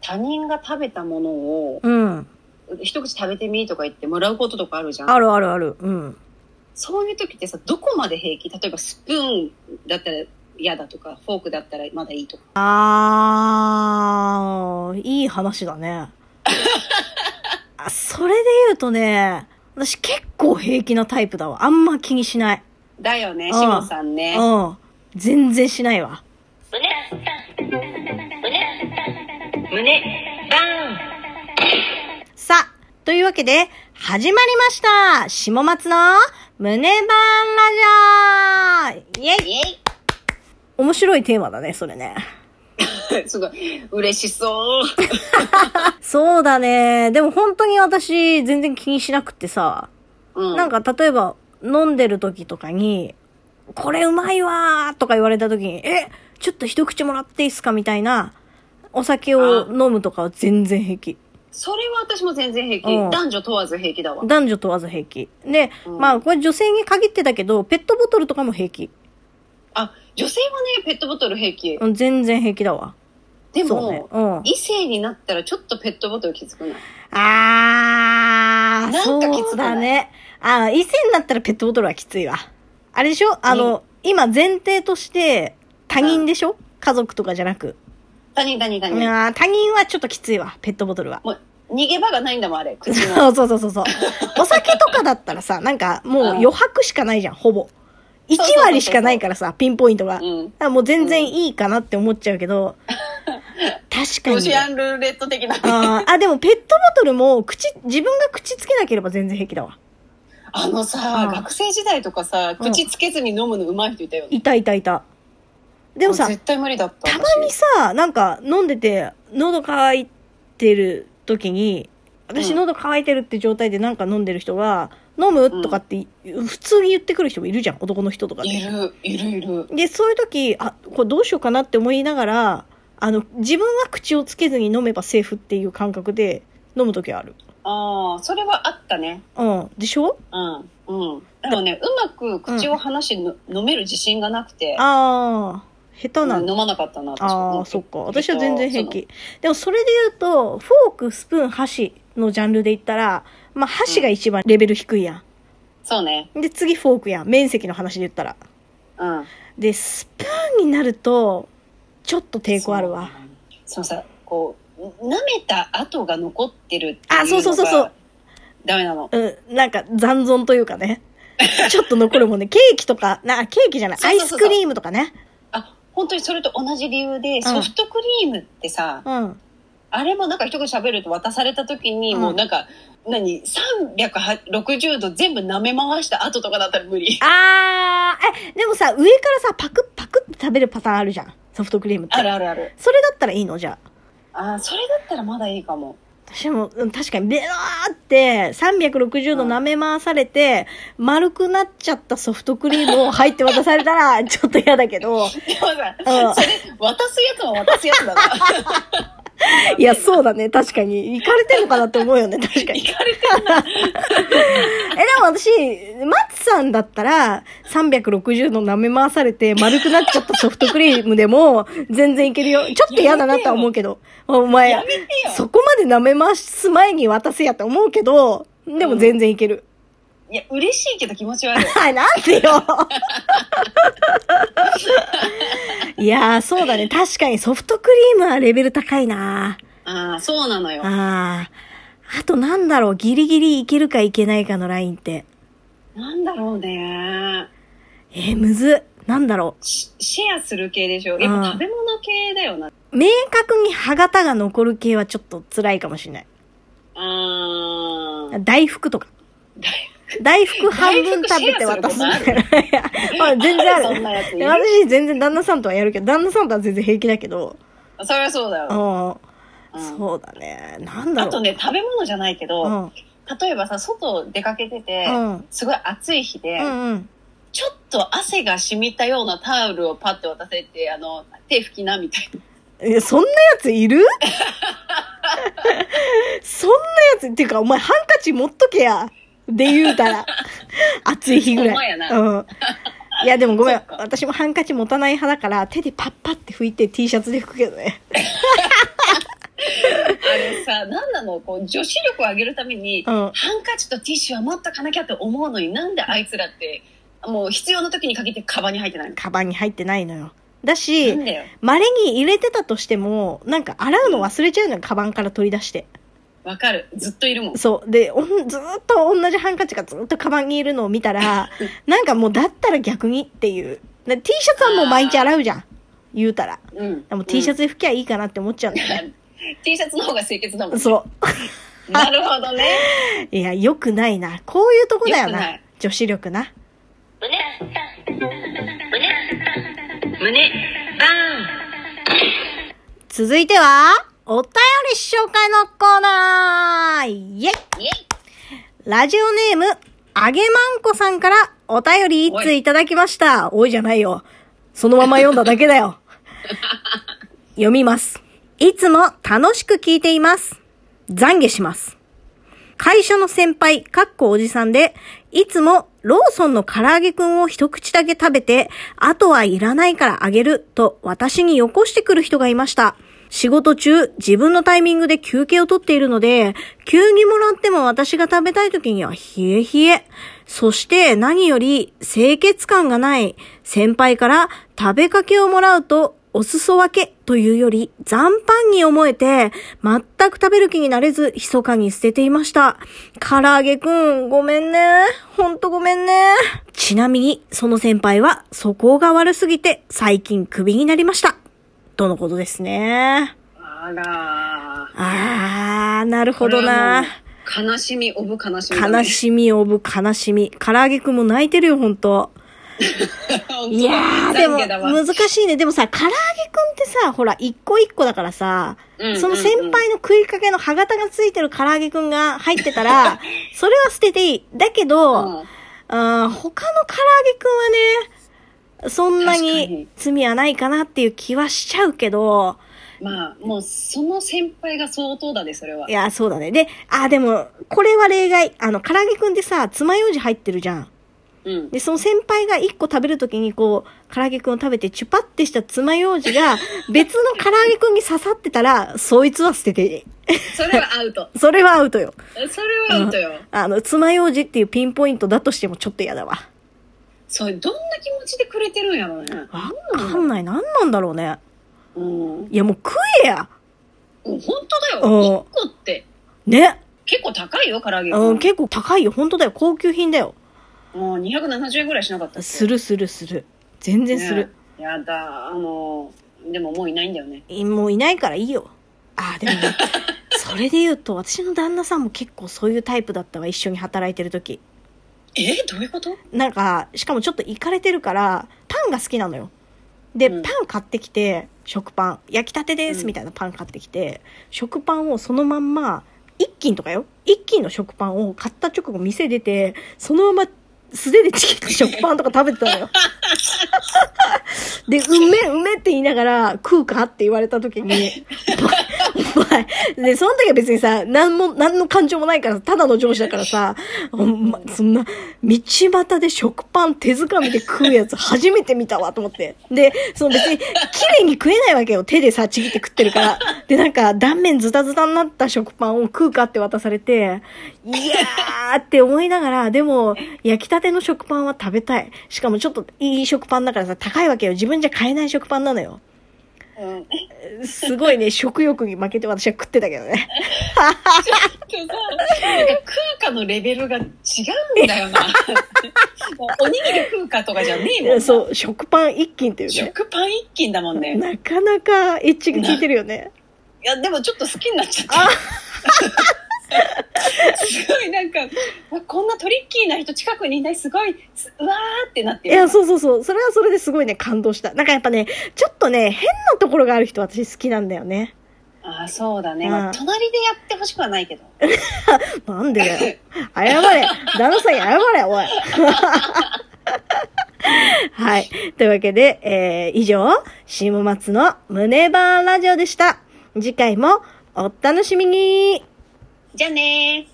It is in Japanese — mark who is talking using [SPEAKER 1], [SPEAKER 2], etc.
[SPEAKER 1] 他人が食べたものを
[SPEAKER 2] うん。
[SPEAKER 1] 一口食べてみとか言ってもらうこととかあるじゃん。
[SPEAKER 2] あるあるある。うん。
[SPEAKER 1] そういう時ってさ、どこまで平気例えばスプーンだったら嫌だとか、フォークだったらまだいいとか。
[SPEAKER 2] あー、いい話だ ね。あそれで言うとね、私結構平気なタイプだわ。あんま気にしない。
[SPEAKER 1] だよね、
[SPEAKER 2] うん
[SPEAKER 1] シモさんね。
[SPEAKER 2] うん。全然しないわ。さあ、というわけで、始まりました下松の胸バンラジオイェイ
[SPEAKER 1] イ
[SPEAKER 2] 面白いテーマだね、それね。
[SPEAKER 1] ェイ すごい、嬉しそう。
[SPEAKER 2] そうだね。でも本当に私、全然気にしなくってさ。
[SPEAKER 1] うん。
[SPEAKER 2] なん
[SPEAKER 1] か、
[SPEAKER 2] か例えば、飲んでる時とかに、これうまいわーとか言われた時に、え、ちょっと一口もらっていいっすかみたいな、お酒を飲むとかは全然平気。
[SPEAKER 1] それは私も全然平気。
[SPEAKER 2] うん
[SPEAKER 1] 男女問わず平気だわ。
[SPEAKER 2] 男女問わず平気。で、
[SPEAKER 1] うん
[SPEAKER 2] まあこれ女性に限ってだけど、ペットボトルとかも平気。
[SPEAKER 1] あ、女性はね、ペットボトル平気。
[SPEAKER 2] うん全然平気だわ。
[SPEAKER 1] で
[SPEAKER 2] そう
[SPEAKER 1] も、
[SPEAKER 2] ね。うん。
[SPEAKER 1] 異性になったらちょっとペットボトル気づくない。
[SPEAKER 2] あ
[SPEAKER 1] な
[SPEAKER 2] ー、
[SPEAKER 1] んかきつくない
[SPEAKER 2] そうだね。あー、異性になったらペットボトルはきついわ。あれでしょあの、今前提として、他人でしょ家族とかじゃなく。
[SPEAKER 1] 他人、他人、他
[SPEAKER 2] い
[SPEAKER 1] 人。
[SPEAKER 2] やー他人はちょっときついわ、ペットボトルは。
[SPEAKER 1] もう、逃げ場がないんだもん、あれ。口の。
[SPEAKER 2] そうそうそうそうそう。お酒とかだったらさ、なんかもう余白しかないじゃん、ほぼ。1
[SPEAKER 1] そうそうそうそう
[SPEAKER 2] 割しかないからさ、ピンポイントが。だか
[SPEAKER 1] うん。
[SPEAKER 2] らもう全然いいかなって思っちゃうけ ど、確か
[SPEAKER 1] ロ
[SPEAKER 2] に
[SPEAKER 1] シ。アンルーレット的な。
[SPEAKER 2] あーあ、でもペットボトルも口、自分が口つけなければ全然平気だわ。
[SPEAKER 1] あのさ、
[SPEAKER 2] うん
[SPEAKER 1] 学生時代とかさ、口つけずに飲むの上手い人いたよね。
[SPEAKER 2] いたいたいた。でもさ、
[SPEAKER 1] 絶対無理だった。
[SPEAKER 2] たまにさ、なんか飲んでて、喉乾いてる時に、私
[SPEAKER 1] うん
[SPEAKER 2] 喉乾いてるって状態でなんか飲んでる人が、飲む
[SPEAKER 1] うん
[SPEAKER 2] とかって、普通に言ってくる人もいるじゃん、男の人とか
[SPEAKER 1] 私
[SPEAKER 2] で。
[SPEAKER 1] いる、いるいる。
[SPEAKER 2] で、そういう時、あ、これどうしようかなって思いながら、あの、自分は口をつけずに飲めばセーフっていう感覚で飲む時ある。
[SPEAKER 1] ああ、それはあったね。
[SPEAKER 2] うん。でしょ
[SPEAKER 1] うん。うん。でもね、うまく口を離しての、飲める自信がなくて、
[SPEAKER 2] ああ、下手なんだ
[SPEAKER 1] うん飲まなかったな、私
[SPEAKER 2] あ
[SPEAKER 1] う
[SPEAKER 2] あ、
[SPEAKER 1] ん
[SPEAKER 2] そっか。
[SPEAKER 1] えっと
[SPEAKER 2] 私は全然平気。でもそれで言うと、フォーク、スプーン、箸のジャンルで言ったら、まあ箸が一番レベル低いや
[SPEAKER 1] そのそうね。
[SPEAKER 2] ん。で、次フォークやん。面積の話で言ったら。
[SPEAKER 1] うん。
[SPEAKER 2] で、スプーンになると、ちょっと抵抗あるわ。
[SPEAKER 1] そう。そのさ、こう、舐めた跡が残ってるっていうのが。
[SPEAKER 2] あそうそうそうそう。
[SPEAKER 1] ダメなの。
[SPEAKER 2] うん、なんか残存というか ね。ちょっと残るもんね。ケーキとか、な、ケーキじゃない。
[SPEAKER 1] そうそ
[SPEAKER 2] ア
[SPEAKER 1] う
[SPEAKER 2] イ
[SPEAKER 1] そうそ
[SPEAKER 2] ス
[SPEAKER 1] う
[SPEAKER 2] クリームとかね。
[SPEAKER 1] あ、本当にそれと同じ理由で、ソフトクリームってさ、
[SPEAKER 2] うん。
[SPEAKER 1] あれもなんか一言喋ると渡された時に、
[SPEAKER 2] うん
[SPEAKER 1] もうなんか、何 ?360 度全部舐め回した後とかだったら無理。
[SPEAKER 2] あー、え、でもさ、上からさ、パクッパクって食べるパターンあるじゃん。ソフトクリームって。
[SPEAKER 1] あるあるある。
[SPEAKER 2] それだったらいいのじゃあ。
[SPEAKER 1] ああ、それだったらまだいいかも。
[SPEAKER 2] 私も、うん確かに、ベローって、360度舐め回されて、丸くなっちゃったソフトクリームを入って渡されたら、 ちょっと嫌だけ
[SPEAKER 1] でも
[SPEAKER 2] ど、うん
[SPEAKER 1] さ、それ、渡すやつも渡すやつだな。
[SPEAKER 2] いや、そうだね、確かに。行かれてるのかなって思うよね、確かに。
[SPEAKER 1] 行かれて
[SPEAKER 2] え、でも私、松さんだったら、360度舐め回されて、丸くなっちゃったソフトクリームでも、全然いけるよ。ちょっと嫌だなとは思うけど、お前
[SPEAKER 1] や、めてよ。
[SPEAKER 2] そこまで舐め回す前に渡すやと思うけど、でも全然いける。
[SPEAKER 1] いや、嬉しいけど気持ち悪い。
[SPEAKER 2] はい、なんでよ。いやー、そうだね。確かにソフトクリームはレベル高いな
[SPEAKER 1] ああ、そうなのよ。
[SPEAKER 2] あー。あとなんだろう、ギリギリいけるかいけないかのラインって。
[SPEAKER 1] なんだろうね。
[SPEAKER 2] えー、むずっ。なんだろ
[SPEAKER 1] シシェアする系でしょ。やっぱ食べ物系だよな。
[SPEAKER 2] う。明確に歯型が残る系はちょっと辛いかもしれない。
[SPEAKER 1] ああ。
[SPEAKER 2] 大福とか。大福半分食べて渡すみたいな。いや、ま あ全然あ
[SPEAKER 1] そ
[SPEAKER 2] る
[SPEAKER 1] ん。なやつい
[SPEAKER 2] い
[SPEAKER 1] る
[SPEAKER 2] や私全然旦那さんとはやるけど、旦那さんとは全然平気だけど。
[SPEAKER 1] そりゃそうだ
[SPEAKER 2] う
[SPEAKER 1] よ。
[SPEAKER 2] ん。
[SPEAKER 1] うん
[SPEAKER 2] そうだね。なんだ
[SPEAKER 1] あ
[SPEAKER 2] ろう。
[SPEAKER 1] とね、食べ物じゃないけど、
[SPEAKER 2] うん。
[SPEAKER 1] 例えばさ外出かけてて、
[SPEAKER 2] うん
[SPEAKER 1] すごい暑い日で、
[SPEAKER 2] うんうん。
[SPEAKER 1] ちょっと汗が染みたようなタオルをパッて渡せてあの手拭きなみたいな
[SPEAKER 2] え、そんなやついる そんなやつ、っていうか、お前ハンカチ持っとけや。で言うた ら。暑い日ぐ
[SPEAKER 1] ほんま
[SPEAKER 2] らい。
[SPEAKER 1] やな
[SPEAKER 2] うん。いや、でもごめ
[SPEAKER 1] そ
[SPEAKER 2] ん
[SPEAKER 1] っ。か
[SPEAKER 2] 私もハンカチ持たない派だから、手でパッパって拭いて T シャツで拭くけどね。
[SPEAKER 1] さ、なんなの、こう、女子力を上げるために、
[SPEAKER 2] うん。
[SPEAKER 1] ハンカチとティッシュは持っとかなきゃって思うのに、なんであいつらって、もう必要な時に限ってカバンに入ってないの
[SPEAKER 2] カバンに入ってないのよ。だ
[SPEAKER 1] な
[SPEAKER 2] し、
[SPEAKER 1] んだよ。
[SPEAKER 2] 稀に入れてたとしても、なんか洗うの忘れちゃうのよ、カバンから取り出して。
[SPEAKER 1] わかる。ずっといるもん。
[SPEAKER 2] そう。で、おんずーっと同じハンカチがずーっとカバンにいるのを見たら、なんかもうだったら逆にっていう。で T シャツはもう毎日洗うじゃん。言うたら。
[SPEAKER 1] うん。
[SPEAKER 2] でも T シャ
[SPEAKER 1] ツ、
[SPEAKER 2] ツで拭きゃいいかなって思っちゃうんだよね。
[SPEAKER 1] T シャツの方が清潔だもん。
[SPEAKER 2] そ
[SPEAKER 1] なるほどね。
[SPEAKER 2] う。いや、良くないな。こういうとこだよ
[SPEAKER 1] 良く
[SPEAKER 2] な。
[SPEAKER 1] ない
[SPEAKER 2] 女子力な。
[SPEAKER 1] 胸、胸、バ
[SPEAKER 2] 続いては、お便り紹介のコーナーイェイ
[SPEAKER 1] ーンイェイ
[SPEAKER 2] ラジオネーム、あげまんこさんからお便り一通いただきました。多いじゃないよ。そのまま読んだだけだよ。読みます。いつも楽しく聞いています。懺悔します。会社の先輩、かっこおじさんで、いつもローソンの唐揚げくんを一口だけ食べて、あとはいらないからあげると私によこしてくる人がいました。仕事中、自分のタイミングで休憩を取っているので、急にもらっても私が食べたい時には冷え冷え。そして何より清潔感がない先輩から食べかけをもらうとお裾分けというより残飯に思えて、全く食べる気になれず、密かに捨てていました。唐揚げくん、ごめんね。ほんとごめんね。ちなみに、その先輩は、素行が悪すぎて、最近クビになりました。とのことですね。
[SPEAKER 1] あらー。
[SPEAKER 2] あー、なるほどな。
[SPEAKER 1] これはもう悲しみ、おぶ悲しみだね、
[SPEAKER 2] 悲しみをぶ悲しみ。唐揚げくんも泣いてるよ、ほんと。
[SPEAKER 1] み
[SPEAKER 2] いやー、でも、
[SPEAKER 1] うん、
[SPEAKER 2] 難しいね。でもさ、唐揚げくんってさ、ほら、一個一個だからさ、
[SPEAKER 1] うん
[SPEAKER 2] その先輩の食いかけの歯型がついてる唐揚げくんが入って たら、それは捨てていい。だけど、
[SPEAKER 1] うん
[SPEAKER 2] あー他の唐揚げくんはね、そんな
[SPEAKER 1] 確か
[SPEAKER 2] に
[SPEAKER 1] に
[SPEAKER 2] 罪はないかなっていう気はしちゃうけど、。
[SPEAKER 1] まあ、もうその先輩が相当だね、それはい
[SPEAKER 2] や、そうだね。で、あー、でも、これは例外。あの、唐揚げくんってさ、爪楊枝入ってるじゃん。
[SPEAKER 1] うん。
[SPEAKER 2] で、その先輩が一個食べるときにこう、唐揚げくんを食べてチュパってした爪楊枝が別の唐揚げくんに刺さってたら、そいつは捨てていい。
[SPEAKER 1] それはアウト。
[SPEAKER 2] それはアウトよ。
[SPEAKER 1] それはアウトよ。
[SPEAKER 2] あの、爪楊枝っていうピンポイントだとしてもちょっと嫌だわ。
[SPEAKER 1] そう、どんな気持ちでくれてるんやろうね。
[SPEAKER 2] わかんない。なんなんだろうね。
[SPEAKER 1] うん。うん
[SPEAKER 2] いや、もう食えや
[SPEAKER 1] 本当だ
[SPEAKER 2] うん
[SPEAKER 1] よ。1個って
[SPEAKER 2] ね、
[SPEAKER 1] 結構高いよ、唐揚げ粉。
[SPEAKER 2] うん、結構高いよ。本当だよ。高級品だよ。
[SPEAKER 1] もう270円ぐらいしなかったっけ
[SPEAKER 2] するするする。全然する。
[SPEAKER 1] ねやだ、あの、でももういないんだよね。
[SPEAKER 2] いもういないからいいよ。ああ、でもね、それで言うと、私の旦那さんも結構そういうタイプだったわ。一緒に働いてるとき。
[SPEAKER 1] えどういうこと
[SPEAKER 2] なんか、しかもちょっとイカれてるから、パンが好きなのよ。で、
[SPEAKER 1] うん
[SPEAKER 2] パン買ってきて、食パン、焼きたてで
[SPEAKER 1] う
[SPEAKER 2] す
[SPEAKER 1] ん
[SPEAKER 2] みたいなパン買ってきて、食パンをそのまんま、一斤とかよ。一斤の食パンを買った直後店出て、そのまま素手でちぎって食パンとか食べて たのよ。で、うめえ、うめえって言いながら、食うかって言われた時に、お前、お 前、で、その時は別にさ、なんも、なんの感情もないから、ただの上司だからさ、お前、そんな、道端で食パン手づかみで食うやつ初めて見たわ、と思って。で、その別に、綺麗に食えないわけよ。手でさ、ちぎって食ってるから。で、なんか、断面ズタズタになった食パンを食うかって渡されて、いやーって思いながら、でも、焼きたての食パンは食べたい。しかもちょっといい食パンだからさ、高いわけよ。自分じゃ買えない食パンなのよ。
[SPEAKER 1] うん。
[SPEAKER 2] すごいね、食欲に負けて私は食ってたけどね。
[SPEAKER 1] ちょっとさ、なんか空間のレベルが違うんだよな。もうおにぎり空間とかじゃねえもんな。
[SPEAKER 2] そう、食パン一斤っていうね。
[SPEAKER 1] 食パン一斤だもんね。
[SPEAKER 2] なかなかエッチが効いてるよね。
[SPEAKER 1] いや、でもちょっと好きになっちゃった。すごいなんか、わこんなトリッキーな人近くにいない、すごい、すうわーってなって
[SPEAKER 2] い
[SPEAKER 1] る
[SPEAKER 2] や、そうそうそう。それはそれですごいね、感動した。なんかやっぱね、ちょっとね、変なところがある人私好きなんだよね。
[SPEAKER 1] ああ、そうだね。
[SPEAKER 2] うん
[SPEAKER 1] まあ隣でやってほしくはないけど。
[SPEAKER 2] なんでだ よ。謝れ。旦那さんに謝れ、おい。 はい。というわけで、えー、以上、下松の胸バーンラジオでした。次回もお楽しみに
[SPEAKER 1] じゃあねー。